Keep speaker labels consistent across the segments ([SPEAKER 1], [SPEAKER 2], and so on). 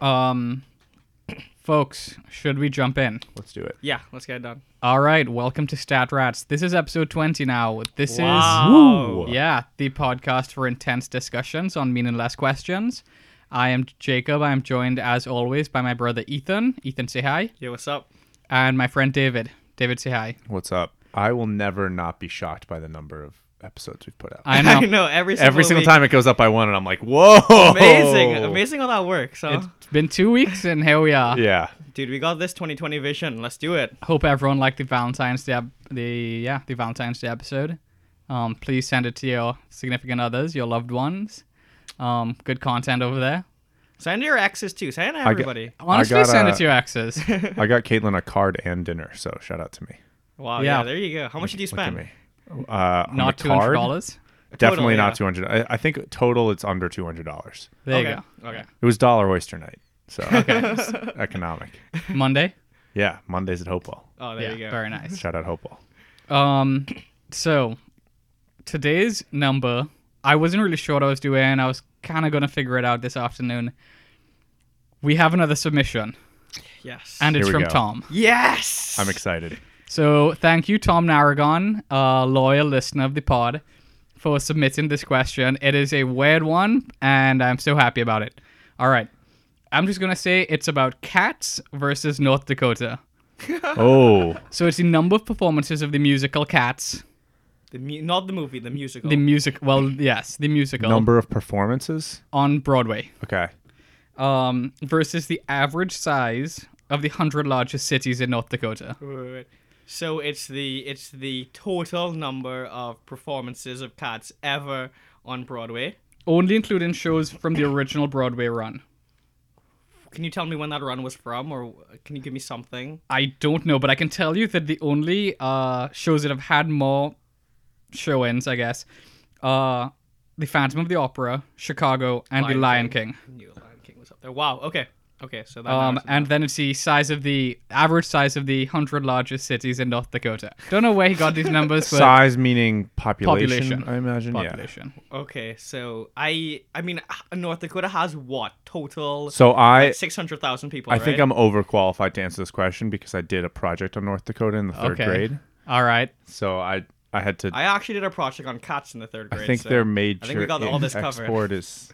[SPEAKER 1] Um, folks, should we jump in?
[SPEAKER 2] Let's do it.
[SPEAKER 3] Yeah, let's get it done.
[SPEAKER 1] All right, welcome to Stat Rats. This is episode 20 now. This
[SPEAKER 3] Wow.
[SPEAKER 1] is, yeah, the podcast for intense discussions on meaningless questions. I am Jacob. I am joined, as always, by my brother Ethan. Ethan, say hi.
[SPEAKER 3] Yo, what's up?
[SPEAKER 1] And my friend David. David, say hi.
[SPEAKER 2] What's up? I will never not be shocked by the number of episodes we've put out.
[SPEAKER 1] I know.
[SPEAKER 3] I know every single
[SPEAKER 2] Every single
[SPEAKER 3] week.
[SPEAKER 2] time it goes up by one, and I'm like, whoa!
[SPEAKER 3] Amazing, amazing how that works, huh?
[SPEAKER 1] Oh. It's been two weeks, and here we are.
[SPEAKER 2] Yeah.
[SPEAKER 3] Dude, we got this 2020 vision. Let's do it.
[SPEAKER 1] hope everyone liked the Valentine's Day, ep- the yeah, the Valentine's Day episode. Um, please send it to your significant others, your loved ones. Um, good content over there.
[SPEAKER 3] Send your exes too. Send it to
[SPEAKER 2] I get-
[SPEAKER 3] everybody.
[SPEAKER 1] Honestly,
[SPEAKER 2] got
[SPEAKER 1] send
[SPEAKER 2] a-
[SPEAKER 1] it to your exes.
[SPEAKER 2] I got Caitlin a card and dinner, so shout out to me.
[SPEAKER 3] Wow.
[SPEAKER 1] Yeah.
[SPEAKER 3] Yeah. There you go. How much did you
[SPEAKER 2] Look at
[SPEAKER 3] spend?
[SPEAKER 2] me. Uh, on
[SPEAKER 1] Not
[SPEAKER 2] the
[SPEAKER 1] two hundred
[SPEAKER 2] card,
[SPEAKER 1] dollars.
[SPEAKER 2] Definitely
[SPEAKER 3] Total,
[SPEAKER 2] not
[SPEAKER 3] yeah.
[SPEAKER 2] two hundred. I, I think total it's under two hundred dollars.
[SPEAKER 1] There you
[SPEAKER 3] okay.
[SPEAKER 1] go.
[SPEAKER 3] Okay.
[SPEAKER 2] It was dollar oyster night, so it's economic.
[SPEAKER 1] Monday.
[SPEAKER 2] Yeah, Mondays at Hopewell.
[SPEAKER 3] Oh, there
[SPEAKER 1] yeah,
[SPEAKER 3] you go.
[SPEAKER 1] very nice.
[SPEAKER 2] Shout out Hopewell.
[SPEAKER 1] Um, so today's number, I wasn't really sure what I was doing. I was kind of gonna figure it out this afternoon. We have another submission,
[SPEAKER 3] Yes.
[SPEAKER 1] and it's
[SPEAKER 2] Here we
[SPEAKER 1] from
[SPEAKER 2] go.
[SPEAKER 1] Tom.
[SPEAKER 3] yes.
[SPEAKER 2] I'm excited.
[SPEAKER 1] So thank you, Tom Narragon, a loyal listener of the pod, for submitting this question. It is a weird one, and I'm so happy about it. All right. I'm just going to say it's about cats versus North Dakota.
[SPEAKER 2] Oh,
[SPEAKER 1] So it's the number of performances of the musical Cats.
[SPEAKER 3] The mu- not the movie, the musical.
[SPEAKER 1] The music, well, yes, the musical
[SPEAKER 2] number of performances.
[SPEAKER 1] on Broadway
[SPEAKER 2] Okay.
[SPEAKER 1] um, versus the average size of the 100 largest cities in North Dakota.
[SPEAKER 3] Wait, wait, wait. So it's the it's the total number of performances of cats ever on Broadway.
[SPEAKER 1] Only including shows from the original Broadway run.
[SPEAKER 3] Can you tell me when that run was from, or can you give me something?
[SPEAKER 1] I don't know, but I can tell you that the only uh, shows that have had more showings, I guess, are The Phantom of the Opera, Chicago, and The Lion King.
[SPEAKER 3] New Lion King was up there. Wow. Okay. Okay. So that.
[SPEAKER 1] Um,
[SPEAKER 3] narrows it
[SPEAKER 1] and then it's the size of the average size of the 100 largest cities in North Dakota. Don't know where he got these numbers, but
[SPEAKER 2] Size meaning population,
[SPEAKER 1] Population.
[SPEAKER 2] I imagine.
[SPEAKER 1] population.
[SPEAKER 3] down. Okay. So I I mean h- North Dakota has what total?
[SPEAKER 2] Yeah. So I
[SPEAKER 3] six hundred thousand people.
[SPEAKER 2] I think
[SPEAKER 3] right?
[SPEAKER 2] I'm overqualified to answer this question because I did a project on North Dakota in the third
[SPEAKER 1] Okay.
[SPEAKER 2] grade.
[SPEAKER 1] All right.
[SPEAKER 2] So I I had to. I,
[SPEAKER 3] I actually did a project on cats in the third grade.
[SPEAKER 2] think
[SPEAKER 3] so
[SPEAKER 2] their major
[SPEAKER 3] I think we got all this covered.
[SPEAKER 2] export is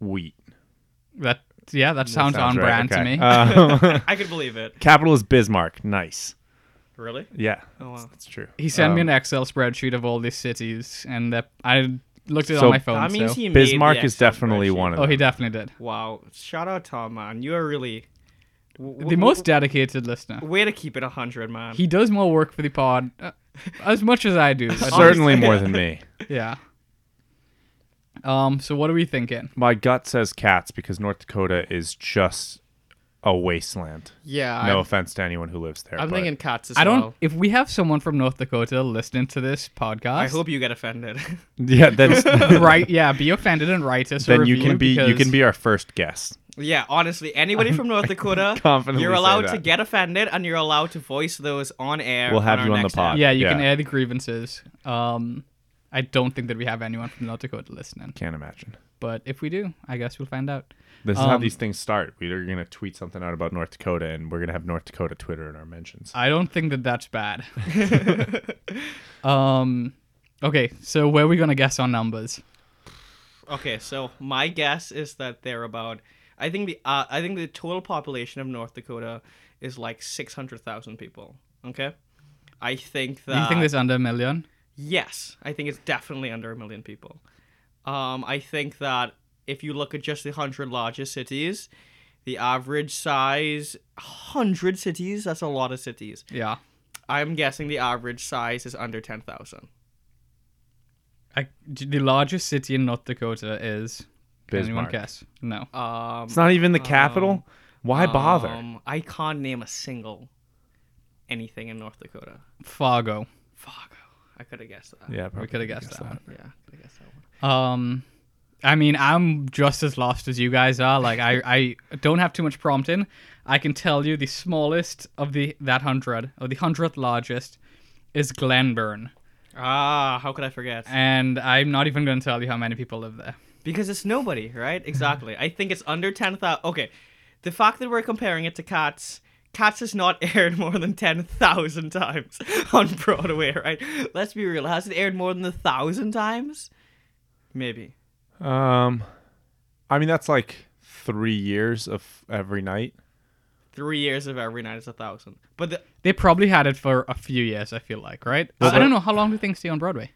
[SPEAKER 2] wheat.
[SPEAKER 1] That yeah, that sounds, on brand
[SPEAKER 2] okay.
[SPEAKER 1] to me.
[SPEAKER 2] Uh,
[SPEAKER 3] I could believe it.
[SPEAKER 2] capital is Bismarck. Nice.
[SPEAKER 3] Really?
[SPEAKER 2] Yeah,
[SPEAKER 3] Oh wow.
[SPEAKER 2] that's true.
[SPEAKER 1] he sent me
[SPEAKER 2] um,
[SPEAKER 1] an Excel spreadsheet of all these cities, and uh, I looked at it
[SPEAKER 2] So
[SPEAKER 1] on my phone.
[SPEAKER 3] That means
[SPEAKER 1] so-
[SPEAKER 3] he made the
[SPEAKER 2] Bismarck is
[SPEAKER 3] Excel
[SPEAKER 2] definitely
[SPEAKER 3] spreadsheet.
[SPEAKER 2] one of
[SPEAKER 1] oh,
[SPEAKER 2] them.
[SPEAKER 1] he definitely did.
[SPEAKER 3] Wow. Shout out Tom, man. You are really w-
[SPEAKER 1] The
[SPEAKER 3] w-
[SPEAKER 1] most dedicated listener.
[SPEAKER 3] way to keep it hundred, man.
[SPEAKER 1] He does more work for the pod, uh, as much as I do. but-
[SPEAKER 2] Certainly
[SPEAKER 3] Honestly.
[SPEAKER 2] more than me.
[SPEAKER 1] yeah. Um. So what are we thinking?
[SPEAKER 2] My gut says cats because North Dakota is just a wasteland.
[SPEAKER 3] yeah.
[SPEAKER 2] no
[SPEAKER 3] I'm,
[SPEAKER 2] offense to anyone who lives there.
[SPEAKER 3] I'm
[SPEAKER 2] but
[SPEAKER 3] thinking cats as
[SPEAKER 1] I don't.
[SPEAKER 3] well.
[SPEAKER 1] If we have someone from North Dakota listening to this podcast,
[SPEAKER 3] I hope you get offended.
[SPEAKER 2] Yeah, that's
[SPEAKER 1] right. Yeah, be offended and write us. a
[SPEAKER 2] then you
[SPEAKER 1] review
[SPEAKER 2] can be you
[SPEAKER 1] because-
[SPEAKER 2] can be our first guest.
[SPEAKER 3] yeah, honestly, anybody from North Dakota,
[SPEAKER 2] confidently
[SPEAKER 3] you're
[SPEAKER 2] say
[SPEAKER 3] allowed
[SPEAKER 2] that.
[SPEAKER 3] to get offended and you're allowed to voice those on air.
[SPEAKER 2] We'll have
[SPEAKER 3] our
[SPEAKER 2] you on the
[SPEAKER 3] next
[SPEAKER 2] pod.
[SPEAKER 3] app.
[SPEAKER 1] Yeah, you can
[SPEAKER 2] yeah.
[SPEAKER 1] air the grievances. Um, I don't think that we have anyone from North Dakota listening,
[SPEAKER 2] Can't imagine.
[SPEAKER 1] but if we do, I guess we'll find out.
[SPEAKER 2] This is how
[SPEAKER 1] Um,
[SPEAKER 2] these things start. We're gonna tweet something out about North Dakota, and we're gonna have North Dakota Twitter in our mentions.
[SPEAKER 1] I don't think that that's bad. um. Okay, so where are we gonna guess on numbers?
[SPEAKER 3] Okay, so my guess is that they're about. I think the uh, I think the total population of North Dakota is like six hundred thousand people. Okay, I think that.
[SPEAKER 1] Do you think there's under a million?
[SPEAKER 3] Yes, I think it's definitely under a million people. Um, I think that if you look at just the hundred largest cities, the average size hundred cities. That's a lot of cities.
[SPEAKER 1] Yeah.
[SPEAKER 3] I'm guessing the average size is under ten thousand.
[SPEAKER 1] I, the largest city in North Dakota is. Can anyone
[SPEAKER 2] Bismarck.
[SPEAKER 1] guess? No.
[SPEAKER 3] Um,
[SPEAKER 2] It's not even the capital.
[SPEAKER 1] Um,
[SPEAKER 2] Why bother?
[SPEAKER 3] Um, I can't name a single anything in North Dakota.
[SPEAKER 1] Fargo.
[SPEAKER 3] Fuck, I could have guessed that.
[SPEAKER 2] yeah,
[SPEAKER 1] We
[SPEAKER 2] probably
[SPEAKER 1] could have guessed that.
[SPEAKER 3] Yeah, I could have guessed that one.
[SPEAKER 1] one. Um, I mean, I'm just as lost as you guys are. Like, I, I don't have too much prompting. I can tell you the smallest of the that hundred, or the hundredth largest, is Glenburn,
[SPEAKER 3] Ah, how could I forget?
[SPEAKER 1] and I'm not even going to tell you how many people live there.
[SPEAKER 3] Because it's nobody, right? Exactly. I think it's under 10,000. Okay. The fact that we're comparing it to Cats, Cats has not aired more than 10,000 times on Broadway, right? Let's be real. Has it aired more than a 1,000 times? Maybe.
[SPEAKER 2] Um, I mean that's like three years of every night.
[SPEAKER 3] Three years of every night is a 1,000. But the,
[SPEAKER 1] They probably had it for a few years, I feel like, right?
[SPEAKER 2] Well,
[SPEAKER 1] I don't
[SPEAKER 2] but-
[SPEAKER 1] know. How long do things stay on Broadway?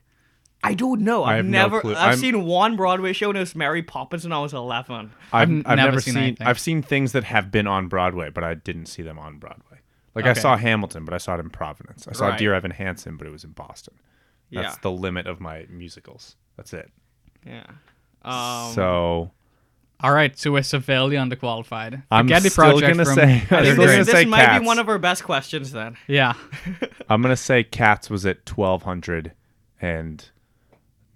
[SPEAKER 3] I don't know. I've
[SPEAKER 2] have no
[SPEAKER 3] never.
[SPEAKER 2] clue.
[SPEAKER 3] I've
[SPEAKER 2] I'm-
[SPEAKER 3] seen one Broadway show, and it was Mary Poppins when I was 11.
[SPEAKER 2] I've,
[SPEAKER 1] I've never
[SPEAKER 2] I've never
[SPEAKER 1] seen
[SPEAKER 2] seen,
[SPEAKER 1] anything.
[SPEAKER 2] I've seen things that have been on Broadway, but I didn't see them on Broadway. Like I
[SPEAKER 1] Okay.
[SPEAKER 2] saw Hamilton, but I saw it in Providence. I saw
[SPEAKER 3] Right.
[SPEAKER 2] Dear Evan Hansen, but it was in Boston. That's
[SPEAKER 3] Yeah.
[SPEAKER 2] the limit of my musicals. That's it.
[SPEAKER 3] Yeah. Um,
[SPEAKER 2] so
[SPEAKER 1] All right, so we're severely underqualified.
[SPEAKER 2] I'm
[SPEAKER 1] Forget the
[SPEAKER 2] still
[SPEAKER 1] project
[SPEAKER 2] gonna
[SPEAKER 1] from-
[SPEAKER 2] say I'm
[SPEAKER 3] this,
[SPEAKER 2] still gonna
[SPEAKER 3] this,
[SPEAKER 2] say
[SPEAKER 3] might
[SPEAKER 2] cats.
[SPEAKER 3] be one of our best questions then.
[SPEAKER 1] Yeah.
[SPEAKER 2] I'm gonna say Cats was at 1,200, and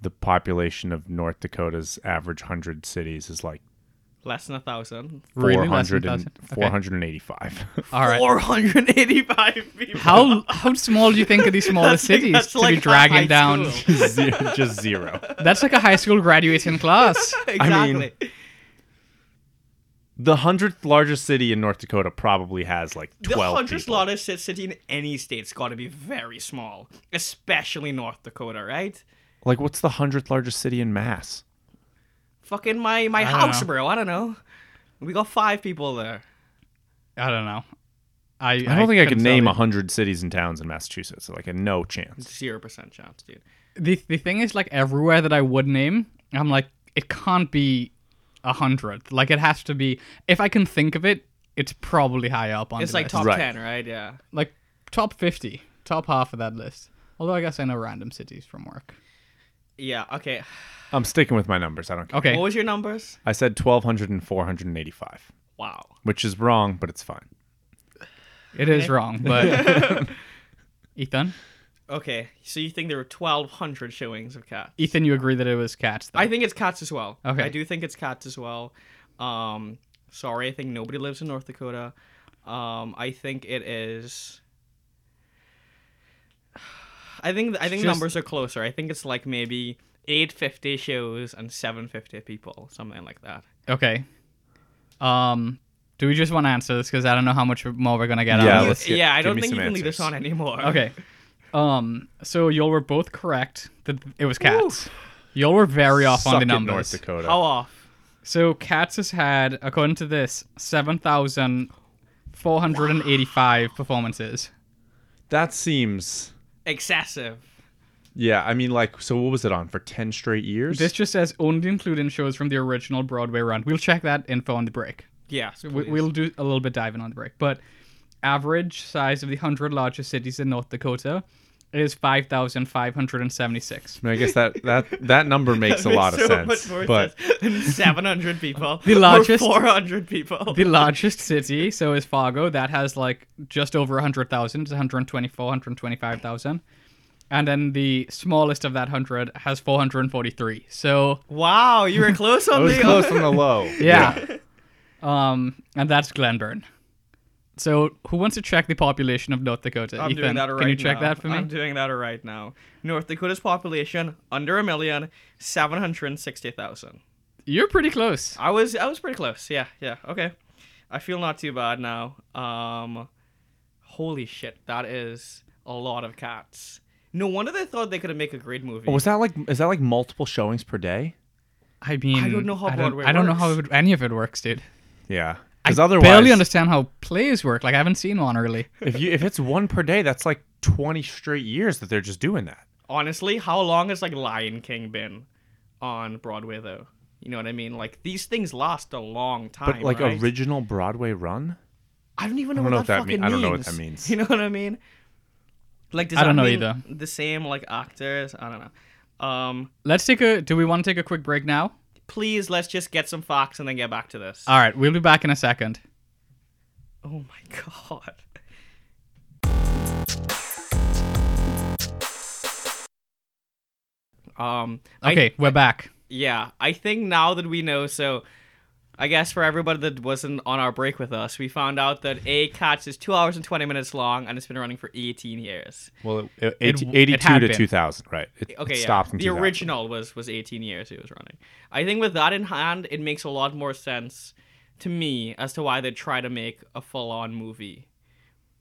[SPEAKER 2] the population of North Dakota's average hundred cities is like
[SPEAKER 3] Less than a thousand.
[SPEAKER 1] Really? Less than
[SPEAKER 2] 400
[SPEAKER 1] 1,000?
[SPEAKER 2] and,
[SPEAKER 1] Okay.
[SPEAKER 2] 485.
[SPEAKER 1] All right.
[SPEAKER 3] 485 people.
[SPEAKER 1] How how small do you think are these smaller
[SPEAKER 3] That's like-
[SPEAKER 1] cities
[SPEAKER 3] that's
[SPEAKER 1] to
[SPEAKER 3] like
[SPEAKER 1] be
[SPEAKER 3] a
[SPEAKER 1] dragging
[SPEAKER 3] high
[SPEAKER 1] down?
[SPEAKER 3] school.
[SPEAKER 2] Zero- just zero.
[SPEAKER 1] That's like a high school graduating class.
[SPEAKER 3] Exactly.
[SPEAKER 2] The hundredth largest city in North Dakota probably has like
[SPEAKER 3] the
[SPEAKER 2] twelve.
[SPEAKER 3] hundredth
[SPEAKER 2] people.
[SPEAKER 3] largest ci- city in any state's got to be very small, especially North Dakota, right?
[SPEAKER 2] Like, what's the hundredth largest city in Mass?
[SPEAKER 3] Fucking my my
[SPEAKER 1] don't
[SPEAKER 3] house,
[SPEAKER 1] know.
[SPEAKER 3] bro. I don't know. We got five people there.
[SPEAKER 1] I don't know. I I
[SPEAKER 2] I don't think I could
[SPEAKER 1] couldn't tell
[SPEAKER 2] name
[SPEAKER 1] you.
[SPEAKER 2] a hundred cities and towns in Massachusetts. Like, a no chance.
[SPEAKER 3] Zero percent chance, dude.
[SPEAKER 1] the the thing is like everywhere that I would name, I'm like it can't be a hundred. Like it has to be. If I can think of it, it's probably high up on.
[SPEAKER 3] It's
[SPEAKER 1] the
[SPEAKER 3] like
[SPEAKER 1] list.
[SPEAKER 3] top
[SPEAKER 2] Right.
[SPEAKER 3] ten, right? Yeah.
[SPEAKER 1] like top fifty, top half of that list. Although I guess I know random cities from work.
[SPEAKER 3] Yeah. Okay.
[SPEAKER 2] I'm sticking with my numbers. I don't care.
[SPEAKER 1] Okay,
[SPEAKER 3] What was your numbers?
[SPEAKER 2] I said 1,200 and 485,
[SPEAKER 3] Wow.
[SPEAKER 2] which is wrong, but it's fine.
[SPEAKER 1] it is wrong, but Ethan,
[SPEAKER 3] Okay. So you think there were twelve hundred showings of cats?
[SPEAKER 1] Ethan, you agree that it was cats? Though.
[SPEAKER 3] I think it's cats as well.
[SPEAKER 1] Okay.
[SPEAKER 3] I do think it's cats as well. Um, sorry, I think nobody lives in North Dakota. Um, I think it is. I think I think
[SPEAKER 1] Just-
[SPEAKER 3] numbers are closer. I think it's like maybe eight fifty shows and seven fifty people, something like that.
[SPEAKER 1] okay. Um, do we just want to answer this because I don't know how much more we're gonna get out
[SPEAKER 2] Yeah,
[SPEAKER 1] of this.
[SPEAKER 2] Uh, let's get-
[SPEAKER 3] yeah, I
[SPEAKER 2] give
[SPEAKER 3] don't
[SPEAKER 2] me
[SPEAKER 3] think you
[SPEAKER 2] some
[SPEAKER 3] can leave this on
[SPEAKER 2] answers.
[SPEAKER 3] anymore.
[SPEAKER 1] Okay. Um. So y'all were both correct that it was cats. Y'all were very off
[SPEAKER 2] Suck
[SPEAKER 1] on the
[SPEAKER 2] it, North
[SPEAKER 1] numbers.
[SPEAKER 2] Dakota.
[SPEAKER 3] How off?
[SPEAKER 1] So cats has had, according to this, seven thousand four hundred and eighty-five performances.
[SPEAKER 2] That seems.
[SPEAKER 3] Excessive.
[SPEAKER 2] Yeah, I mean, like, so what was it on for 10 straight years?
[SPEAKER 1] This just says only including shows from the original Broadway run. We'll check that info on the break.
[SPEAKER 3] Yeah.
[SPEAKER 1] We,
[SPEAKER 3] please.
[SPEAKER 1] we'll do a little bit diving on the break. But average size of the hundred largest cities in North Dakota is five thousand five hundred and seventy-six.
[SPEAKER 2] I mean, I guess that that that number makes a lot
[SPEAKER 3] so
[SPEAKER 2] of
[SPEAKER 3] much
[SPEAKER 2] sense.
[SPEAKER 3] more
[SPEAKER 2] But
[SPEAKER 3] sense than 700 people.
[SPEAKER 1] The largest-
[SPEAKER 3] Or 400 people.
[SPEAKER 1] the largest city, so is Fargo. That has like just over 100,000. It's 124, 125,000. And then the smallest of that 100 has 443. So,
[SPEAKER 3] Wow, you were close on
[SPEAKER 2] I was
[SPEAKER 3] the
[SPEAKER 2] close on the low.
[SPEAKER 1] yeah. um, and that's Glenburn. So, who wants to check the population of North Dakota?
[SPEAKER 3] I'm
[SPEAKER 1] Ethan,
[SPEAKER 3] doing that right
[SPEAKER 1] can you check
[SPEAKER 3] now.
[SPEAKER 1] that for me?
[SPEAKER 3] I'm doing that right now. North Dakota's population under a million, seven hundred sixty thousand.
[SPEAKER 1] You're pretty close.
[SPEAKER 3] I was I was pretty close. Yeah, yeah. Okay, I feel not too bad now. Um, holy shit, that is a lot of cats. No wonder they thought they could make a great movie.
[SPEAKER 1] Oh,
[SPEAKER 2] Was that like is that like multiple showings per day?
[SPEAKER 1] I mean,
[SPEAKER 3] I don't know how
[SPEAKER 1] I don't,
[SPEAKER 3] Broadway
[SPEAKER 1] I don't know
[SPEAKER 3] works.
[SPEAKER 1] how it, any of it works, dude.
[SPEAKER 2] Yeah.
[SPEAKER 1] I
[SPEAKER 2] Because otherwise,
[SPEAKER 1] barely understand how plays work. Like, I haven't seen one really.
[SPEAKER 2] if you if it's one per day, that's like 20 straight years that they're just doing that.
[SPEAKER 3] Honestly, how long has like Lion King been on Broadway though? You know what I mean? Like these things last a long time.
[SPEAKER 2] But like
[SPEAKER 3] right?
[SPEAKER 2] original Broadway run?
[SPEAKER 3] I don't even know,
[SPEAKER 2] I don't
[SPEAKER 3] what,
[SPEAKER 2] know
[SPEAKER 3] that
[SPEAKER 2] if that mean-
[SPEAKER 3] fucking
[SPEAKER 2] I don't
[SPEAKER 3] means.
[SPEAKER 2] know what that means.
[SPEAKER 3] You know what I mean? Like, does
[SPEAKER 1] I don't
[SPEAKER 3] that
[SPEAKER 1] know
[SPEAKER 3] mean
[SPEAKER 1] either.
[SPEAKER 3] The same like actors. I don't know. Um,
[SPEAKER 1] Let's take a. Do we want to take a quick break now?
[SPEAKER 3] please let's just get some facts and then get back to this.
[SPEAKER 1] All right, we'll be back in a second.
[SPEAKER 3] oh my god. Um. I-
[SPEAKER 1] Okay, we're back.
[SPEAKER 3] Um, yeah, I think now that we know, so I guess for everybody that wasn't on our break with us, we found out that A Cats is two hours and twenty minutes long, and it's been running for eighteen years.
[SPEAKER 2] Well, it,
[SPEAKER 1] It-
[SPEAKER 2] it,
[SPEAKER 1] it
[SPEAKER 2] 82
[SPEAKER 1] had
[SPEAKER 2] to
[SPEAKER 1] been.
[SPEAKER 2] 2000, right? It,
[SPEAKER 3] Okay,
[SPEAKER 2] it
[SPEAKER 3] yeah.
[SPEAKER 2] stopped in
[SPEAKER 3] the
[SPEAKER 2] 2000.
[SPEAKER 3] original was was eighteen years it was running. I think with that in hand, it makes a lot more sense to me as to why they try to make a full on movie.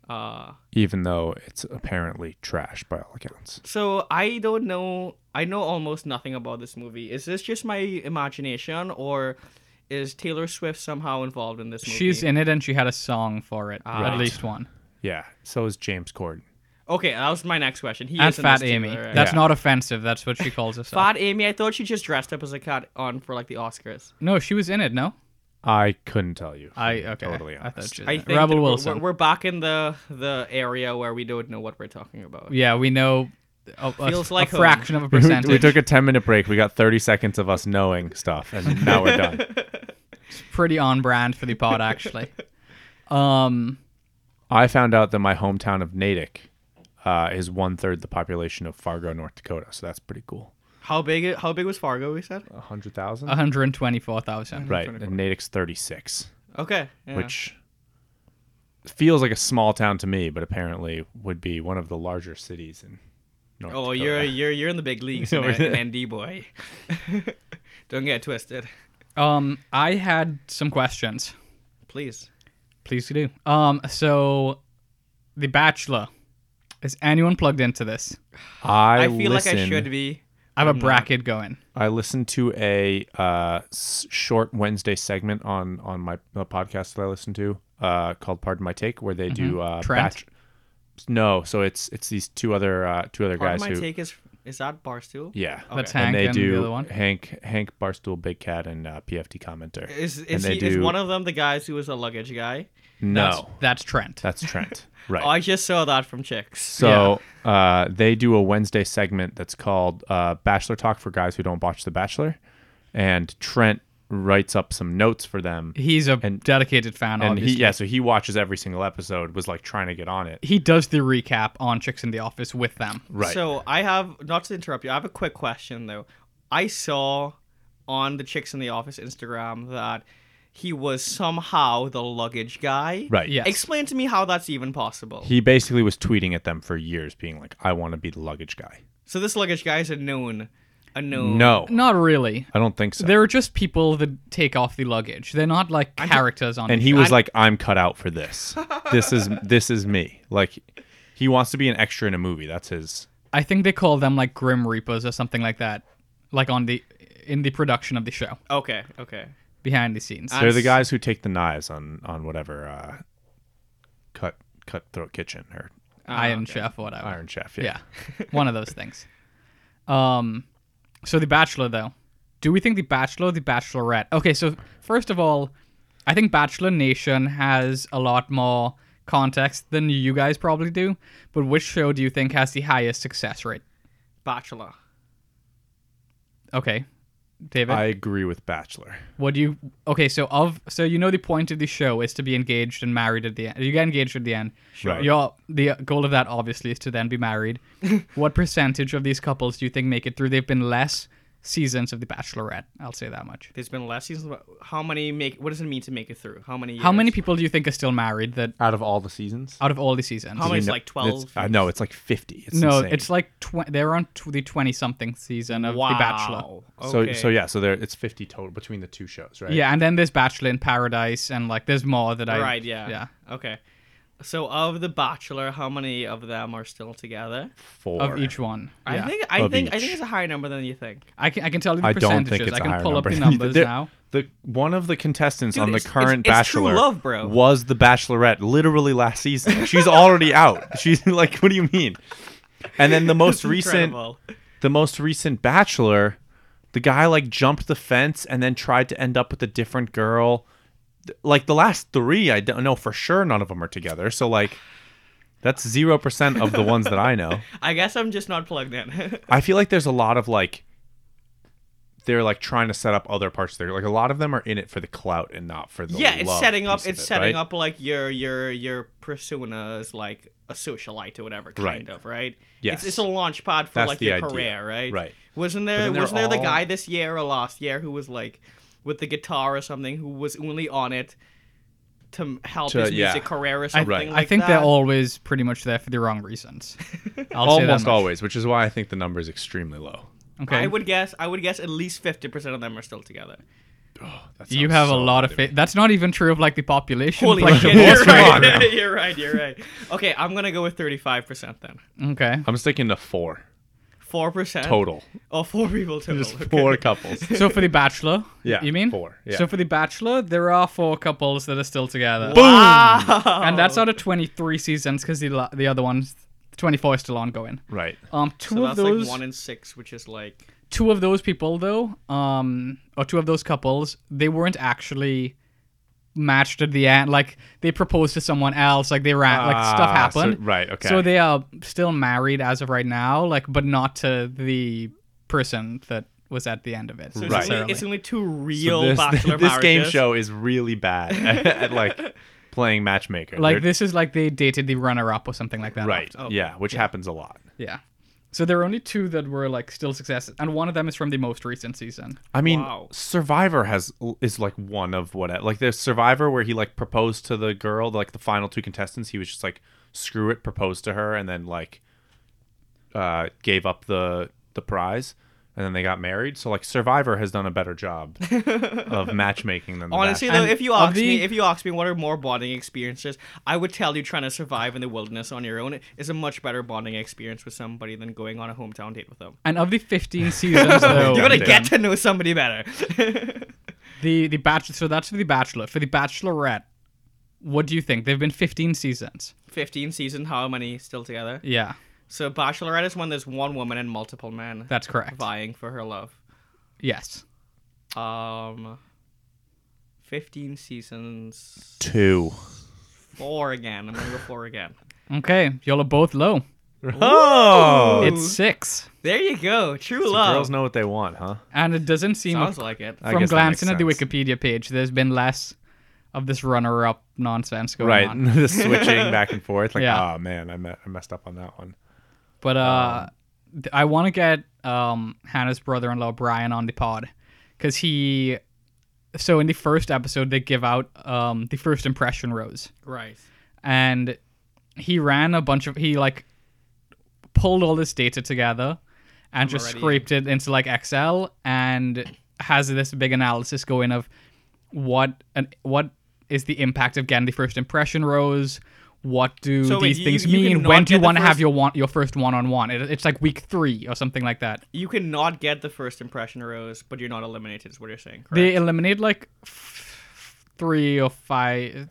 [SPEAKER 3] Uh,
[SPEAKER 2] even though it's apparently trash by all accounts.
[SPEAKER 3] so I don't know. I know almost nothing about this movie. Is this just my imagination, or is Taylor Swift somehow involved in this movie?
[SPEAKER 1] She's in it and she had a song for it,
[SPEAKER 3] Ah, Right.
[SPEAKER 1] at least one.
[SPEAKER 2] Yeah. So is James Corden.
[SPEAKER 3] Okay, that was my next question. He
[SPEAKER 1] and
[SPEAKER 3] is in
[SPEAKER 1] Fat
[SPEAKER 3] this too,
[SPEAKER 1] Amy.
[SPEAKER 3] right?
[SPEAKER 1] That's
[SPEAKER 2] Yeah.
[SPEAKER 1] not offensive. That's what she calls herself.
[SPEAKER 3] Fat Amy, I thought she just dressed up as a cat on for like the Oscars.
[SPEAKER 1] no, she was in it. No,
[SPEAKER 2] I couldn't tell you. if
[SPEAKER 1] I
[SPEAKER 2] I'm
[SPEAKER 1] okay.
[SPEAKER 2] Totally
[SPEAKER 1] I
[SPEAKER 2] honest.
[SPEAKER 1] thought she was
[SPEAKER 3] I
[SPEAKER 1] in it.
[SPEAKER 3] think
[SPEAKER 1] Rebel
[SPEAKER 3] that we're-
[SPEAKER 1] Wilson.
[SPEAKER 3] We're, we're back in the the area where we don't know what we're talking about.
[SPEAKER 1] yeah, we know a, a-
[SPEAKER 3] Feels
[SPEAKER 1] a
[SPEAKER 3] like home.
[SPEAKER 1] fraction of a
[SPEAKER 2] We-
[SPEAKER 1] percentage.
[SPEAKER 2] We took a 10 minute break. We got 30 seconds of us knowing stuff, and now we're done.
[SPEAKER 1] pretty on brand for the pod actually. um,
[SPEAKER 2] I found out that my hometown of Natick uh, is one third the population of Fargo, North Dakota. So that's pretty cool.
[SPEAKER 3] How big? How big was Fargo? We said.
[SPEAKER 2] 100,000?
[SPEAKER 3] Uh,
[SPEAKER 1] one hundred twenty-four thousand.
[SPEAKER 2] right. And Natick's 36,
[SPEAKER 3] Okay. yeah.
[SPEAKER 2] which feels like a small town to me, but apparently would be one of the larger cities in North
[SPEAKER 3] Oh,
[SPEAKER 2] Dakota.
[SPEAKER 3] you're you're you're in the big leagues, in, in ND boy. don't get twisted,
[SPEAKER 1] Um, I had some questions.
[SPEAKER 3] please.
[SPEAKER 1] Please do. Um, so the Bachelor. Is anyone plugged into this?
[SPEAKER 2] I,
[SPEAKER 3] I, feel
[SPEAKER 2] listen,
[SPEAKER 3] like I should be.
[SPEAKER 1] I have a bracket going.
[SPEAKER 2] I listened to a uh, s- short Wednesday segment on on my the podcast that I listen to uh, called "Pardon My Take," where they do uh,
[SPEAKER 1] Mm-hmm. Trent?
[SPEAKER 2] No, so it's it's these two other uh, two other
[SPEAKER 3] Part of
[SPEAKER 2] guys
[SPEAKER 3] my
[SPEAKER 2] who
[SPEAKER 3] take is is that Barstool?
[SPEAKER 2] yeah,
[SPEAKER 1] That's
[SPEAKER 3] Okay.
[SPEAKER 1] Hank
[SPEAKER 2] and they
[SPEAKER 1] and
[SPEAKER 2] do
[SPEAKER 1] the other one.
[SPEAKER 2] Hank Hank Barstool Big Cat and uh, PFT commenter.
[SPEAKER 3] Is
[SPEAKER 2] and
[SPEAKER 3] is,
[SPEAKER 2] they
[SPEAKER 3] he,
[SPEAKER 2] do
[SPEAKER 3] is one of them the guys who was a luggage guy?
[SPEAKER 2] no
[SPEAKER 1] That's, that's Trent.
[SPEAKER 2] that's Trent right.
[SPEAKER 3] Oh, I just saw that from chicks.
[SPEAKER 2] So uh, they do a Wednesday segment that's called uh, Bachelor Talk for guys who don't watch The Bachelor, and Trent writes up some notes for them.
[SPEAKER 1] He's a
[SPEAKER 2] And-
[SPEAKER 1] dedicated fan.
[SPEAKER 2] and
[SPEAKER 1] obviously.
[SPEAKER 2] he yeah, so he watches every single episode. Was like trying to get on it.
[SPEAKER 1] he does the recap on Chicks in the Office with them.
[SPEAKER 2] Right.
[SPEAKER 3] So I have not to interrupt you. I have a quick question though. I saw on the chicks in the office Instagram that he was somehow the luggage guy.
[SPEAKER 2] right.
[SPEAKER 1] Yes.
[SPEAKER 3] Explain to me how that's even possible.
[SPEAKER 2] He basically was tweeting at them for years, being like, "I want to be the luggage guy."
[SPEAKER 3] so this luggage guy is a known, a known.
[SPEAKER 2] No,
[SPEAKER 1] Not really.
[SPEAKER 2] I don't think so.
[SPEAKER 1] They're just people that take off the luggage. They're not like characters on.
[SPEAKER 2] and
[SPEAKER 1] the
[SPEAKER 2] he
[SPEAKER 1] show.
[SPEAKER 2] was like, "I'm cut out for this. this is this is me." Like, he wants to be an extra in a movie. That's his.
[SPEAKER 1] I think they call them like Grim Reapers or something like that, like on the in the production of the show
[SPEAKER 3] Okay. Okay.
[SPEAKER 1] behind the scenes.
[SPEAKER 3] I-
[SPEAKER 2] They're the
[SPEAKER 3] s-
[SPEAKER 2] guys who take the knives on on whatever uh, cut cutthroat kitchen or
[SPEAKER 1] Iron
[SPEAKER 2] oh,
[SPEAKER 1] Chef, whatever.
[SPEAKER 2] Iron Chef. Yeah.
[SPEAKER 1] Yeah, one of those things. Um, so the Bachelor though, do we think the Bachelor, or the Bachelorette? Okay, so first of all, I think Bachelor Nation has a lot more context than you guys probably do. But which show do you think has the highest success rate?
[SPEAKER 3] Bachelor.
[SPEAKER 1] Okay, David.
[SPEAKER 2] I agree with Bachelor.
[SPEAKER 1] What do you? Okay, so of so you know the point of the show is to be engaged and married at the end. You get engaged at the end.
[SPEAKER 2] Sure. Right.
[SPEAKER 1] Your the goal of that obviously is to then be married. what percentage of these couples do you think make it through? They've been less seasons of The Bachelorette. I'll say that much.
[SPEAKER 3] There's been less seasons. but How many make? What does it mean to make it through? How many?
[SPEAKER 1] How many
[SPEAKER 3] years?
[SPEAKER 1] people do you think are still married? That
[SPEAKER 2] Out of all the seasons,
[SPEAKER 1] out of all the seasons.
[SPEAKER 3] How many- Uh, It's
[SPEAKER 2] No,
[SPEAKER 3] like 12
[SPEAKER 2] it's- uh, no, it's like fifty. It's
[SPEAKER 1] no,
[SPEAKER 2] insane.
[SPEAKER 1] it's like tw- they're on tw- the twenty something season of
[SPEAKER 3] Wow.
[SPEAKER 1] The Bachelor.
[SPEAKER 2] so
[SPEAKER 3] Okay.
[SPEAKER 2] so yeah. So there, it's fifty total between the two shows, right?
[SPEAKER 1] Yeah, and then there's Bachelor in Paradise, and like there's more that I
[SPEAKER 3] Right. Yeah.
[SPEAKER 1] yeah
[SPEAKER 3] Okay. So of the Bachelor, how many of them are still together?
[SPEAKER 2] Four
[SPEAKER 1] of each one.
[SPEAKER 3] I
[SPEAKER 1] Yeah.
[SPEAKER 3] think I
[SPEAKER 2] Of
[SPEAKER 3] think I
[SPEAKER 2] each.
[SPEAKER 3] think it's a higher number than you think.
[SPEAKER 1] I can, I can tell you the
[SPEAKER 2] I don't
[SPEAKER 1] percentages.
[SPEAKER 2] think it's
[SPEAKER 1] I
[SPEAKER 2] a
[SPEAKER 1] can
[SPEAKER 2] higher
[SPEAKER 1] pull
[SPEAKER 2] number.
[SPEAKER 1] up the numbers
[SPEAKER 2] There-
[SPEAKER 1] now.
[SPEAKER 2] The one of the contestants
[SPEAKER 3] Dude,
[SPEAKER 2] on the
[SPEAKER 3] it's- it's-
[SPEAKER 2] current
[SPEAKER 3] it's true
[SPEAKER 2] Bachelor
[SPEAKER 3] love, bro.
[SPEAKER 2] was the Bachelorette literally last season. She's already out. She's like, what do you mean? And then the most recent,
[SPEAKER 3] Incredible.
[SPEAKER 2] the most recent Bachelor, the guy like jumped the fence and then tried to end up with a different girl. Th- Like the last three, I don't know for sure. None of them are together. So like, that's zero percent of the ones that I know.
[SPEAKER 3] I guess I'm just not plugged in.
[SPEAKER 2] I feel like there's a lot of like they're like trying to set up other parts there. Like a lot of them are in it for the clout and not for the
[SPEAKER 3] yeah, it's
[SPEAKER 2] love
[SPEAKER 3] setting up.
[SPEAKER 2] piece of
[SPEAKER 3] It's
[SPEAKER 2] it,
[SPEAKER 3] setting
[SPEAKER 2] right?
[SPEAKER 3] up like your your your persona is like a socialite or whatever, kind
[SPEAKER 2] Right.
[SPEAKER 3] of, right?
[SPEAKER 2] Yes.
[SPEAKER 3] It's, it's a launch pad for
[SPEAKER 2] That's
[SPEAKER 3] like
[SPEAKER 2] the
[SPEAKER 3] your
[SPEAKER 2] idea.
[SPEAKER 3] career, right?
[SPEAKER 2] Right.
[SPEAKER 3] Wasn't
[SPEAKER 2] But
[SPEAKER 3] there
[SPEAKER 2] then they're
[SPEAKER 3] wasn't there the
[SPEAKER 2] all-
[SPEAKER 3] guy this year or last year who was like with the guitar or something who was only on it to m- help
[SPEAKER 2] To-
[SPEAKER 3] his
[SPEAKER 2] yeah.
[SPEAKER 3] music career or
[SPEAKER 1] I,
[SPEAKER 3] something
[SPEAKER 2] Right.
[SPEAKER 3] like
[SPEAKER 1] I think
[SPEAKER 3] that.
[SPEAKER 1] they're always pretty much there for the wrong reasons. I'll say that
[SPEAKER 2] Almost
[SPEAKER 1] much.
[SPEAKER 2] always, which is why I think the number is extremely low.
[SPEAKER 1] Okay.
[SPEAKER 3] I would guess. I would guess at least fifty percent of them are still together.
[SPEAKER 2] That
[SPEAKER 1] you
[SPEAKER 2] sounds
[SPEAKER 1] have
[SPEAKER 2] so
[SPEAKER 1] a lot of
[SPEAKER 2] negative.
[SPEAKER 1] faith. That's not even true of like the population.
[SPEAKER 3] Holy
[SPEAKER 1] like,
[SPEAKER 3] shit!
[SPEAKER 1] the
[SPEAKER 3] You're
[SPEAKER 1] birth rate.
[SPEAKER 2] on now.
[SPEAKER 3] right. you're right. You're right. Okay, I'm gonna go with thirty-five percent then.
[SPEAKER 1] Okay.
[SPEAKER 2] I'm sticking to four
[SPEAKER 3] Four percent
[SPEAKER 2] total.
[SPEAKER 3] Oh, four people total.
[SPEAKER 2] Just
[SPEAKER 3] okay.
[SPEAKER 2] four couples.
[SPEAKER 1] So for the Bachelor,
[SPEAKER 2] Yeah,
[SPEAKER 1] you mean
[SPEAKER 2] four, yeah.
[SPEAKER 1] So for the Bachelor, there are four couples that are still together,
[SPEAKER 3] Wow.
[SPEAKER 1] and that's out of twenty-three seasons because the la- the other ones, twenty-four, is still ongoing.
[SPEAKER 2] Right.
[SPEAKER 1] Um, two
[SPEAKER 3] So
[SPEAKER 1] of
[SPEAKER 3] that's
[SPEAKER 1] those,
[SPEAKER 3] like one in six, which is like
[SPEAKER 1] two of those people though, um, or two of those couples, they weren't actually matched at the end. Like they proposed to someone else. Like they ran, like stuff
[SPEAKER 2] Ah, so-
[SPEAKER 1] happened.
[SPEAKER 2] right, okay.
[SPEAKER 1] So they are still married as of right now, like, but not to the person that was at the end of it.
[SPEAKER 3] so it's,
[SPEAKER 2] Right.
[SPEAKER 3] only,
[SPEAKER 1] necessarily.
[SPEAKER 3] it's only two
[SPEAKER 2] So
[SPEAKER 3] real
[SPEAKER 2] this,
[SPEAKER 3] bachelor
[SPEAKER 2] this game
[SPEAKER 3] marriages.
[SPEAKER 2] show is really bad at, like playing matchmaker.
[SPEAKER 1] like
[SPEAKER 2] They're-
[SPEAKER 1] this is like they dated the runner-up or something like that.
[SPEAKER 2] Right.
[SPEAKER 3] Oh,
[SPEAKER 2] yeah, which happens a lot.
[SPEAKER 1] Yeah. So there are only two that were like still successes, and one of them is from the most recent season.
[SPEAKER 2] I mean,
[SPEAKER 3] Wow.
[SPEAKER 2] Survivor has is like one of what like there's Survivor where he like proposed to the girl, like the final two contestants. He was just like, screw it, proposed to her, and then like, uh, gave up the the prize, and then they got married. So like, Survivor has done a better job of matchmaking than the
[SPEAKER 3] Honestly,
[SPEAKER 2] Bachelor.
[SPEAKER 3] though,
[SPEAKER 1] And
[SPEAKER 3] if you
[SPEAKER 1] of
[SPEAKER 3] ask
[SPEAKER 1] the-
[SPEAKER 3] me, if you ask me, what are more bonding experiences? I would tell you trying to survive in the wilderness on your own is a much better bonding experience with somebody than going on a hometown date with them.
[SPEAKER 1] And of the 15 seasons, though,
[SPEAKER 3] You're gonna
[SPEAKER 2] Oh, damn.
[SPEAKER 3] get to know somebody better.
[SPEAKER 1] the the bachelor. So that's for the Bachelor. For the Bachelorette, what do you think? There've been 15 seasons.
[SPEAKER 3] Fifteen season, how many still together?
[SPEAKER 1] Yeah,
[SPEAKER 3] So Bachelorette is when there's one woman and multiple men
[SPEAKER 1] that's correct.
[SPEAKER 3] vying for her love.
[SPEAKER 1] Yes.
[SPEAKER 3] Um, fifteen seasons,
[SPEAKER 2] two.
[SPEAKER 3] four again. I'm gonna go four again.
[SPEAKER 1] Okay, y'all are both low.
[SPEAKER 2] Oh,
[SPEAKER 3] Ooh.
[SPEAKER 1] It's six,
[SPEAKER 3] There you go, true
[SPEAKER 2] So
[SPEAKER 3] love.
[SPEAKER 2] girls know what they want, huh?
[SPEAKER 1] and it doesn't seem
[SPEAKER 3] Sounds like it.
[SPEAKER 2] I
[SPEAKER 1] from
[SPEAKER 2] guess that makes
[SPEAKER 1] glancing at the
[SPEAKER 2] sense.
[SPEAKER 1] Wikipedia page, there's been less of this runner-up nonsense going
[SPEAKER 2] Right,
[SPEAKER 1] on.
[SPEAKER 2] the switching back and forth. Like,
[SPEAKER 1] Yeah.
[SPEAKER 2] oh man, I, me- I messed up on that one.
[SPEAKER 1] But uh, th- I want to get um, Hannah's brother-in-law Brian on the pod because he. So in the first episode, they give out um, the first impression rose,
[SPEAKER 3] Right.
[SPEAKER 1] and he ran a bunch of he like pulled all this data together and just
[SPEAKER 3] already in.
[SPEAKER 1] scraped it into like Excel and has this big analysis going of what and what is the impact of getting the first impression rose. What do
[SPEAKER 3] So wait,
[SPEAKER 1] these
[SPEAKER 3] you-
[SPEAKER 1] things
[SPEAKER 3] you
[SPEAKER 1] mean?
[SPEAKER 3] cannot
[SPEAKER 1] When do you
[SPEAKER 3] get the
[SPEAKER 1] want to have
[SPEAKER 3] first-
[SPEAKER 1] your one, your first one on one? It's like week three or something like that.
[SPEAKER 3] You cannot get the first impression rose, but you're not eliminated. Is what you're saying, correct?
[SPEAKER 1] They eliminate like f- three or five,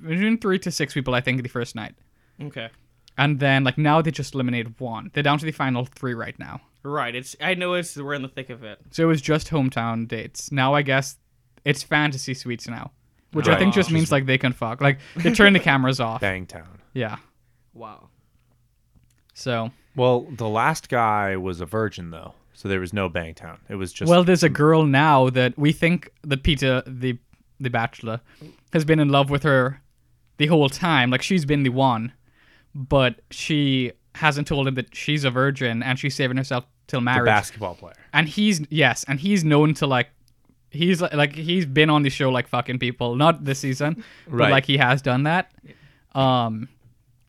[SPEAKER 1] between three to six people, I think, the first night.
[SPEAKER 3] okay.
[SPEAKER 1] And then like now they just eliminated one. They're down to the final three right now.
[SPEAKER 3] Right. It's. I know. It's. We're in the thick of it.
[SPEAKER 1] So it was just hometown dates. Now I guess it's fantasy suites now. Which I
[SPEAKER 2] Right.
[SPEAKER 1] think just
[SPEAKER 2] Just-
[SPEAKER 1] means like they can fuck. Like they turn the cameras off.
[SPEAKER 2] Bangtown.
[SPEAKER 1] Yeah.
[SPEAKER 3] Wow.
[SPEAKER 1] So
[SPEAKER 2] Well, the last guy was a virgin though, so there was no Bangtown. It was just
[SPEAKER 1] Well, there's a girl now that we think that Peter the the bachelor has been in love with her the whole time. Like she's been the one. But she hasn't told him that she's a virgin and she's saving herself till
[SPEAKER 2] a
[SPEAKER 1] marriage.
[SPEAKER 2] basketball player.
[SPEAKER 1] and he's yes, and he's known to like he's like, like he's been on the show like fucking people, not this season, but
[SPEAKER 2] Right.
[SPEAKER 1] like he has done that. Um,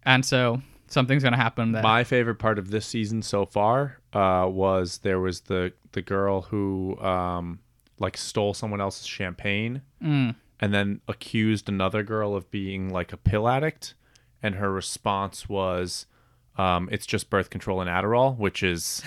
[SPEAKER 1] and so something's gonna happen there.
[SPEAKER 2] My favorite part of this season so far uh, was there was the the girl who um, like stole someone else's champagne
[SPEAKER 1] Mm.
[SPEAKER 2] and then accused another girl of being like a pill addict, and her response was, um, "It's just birth control and Adderall," which is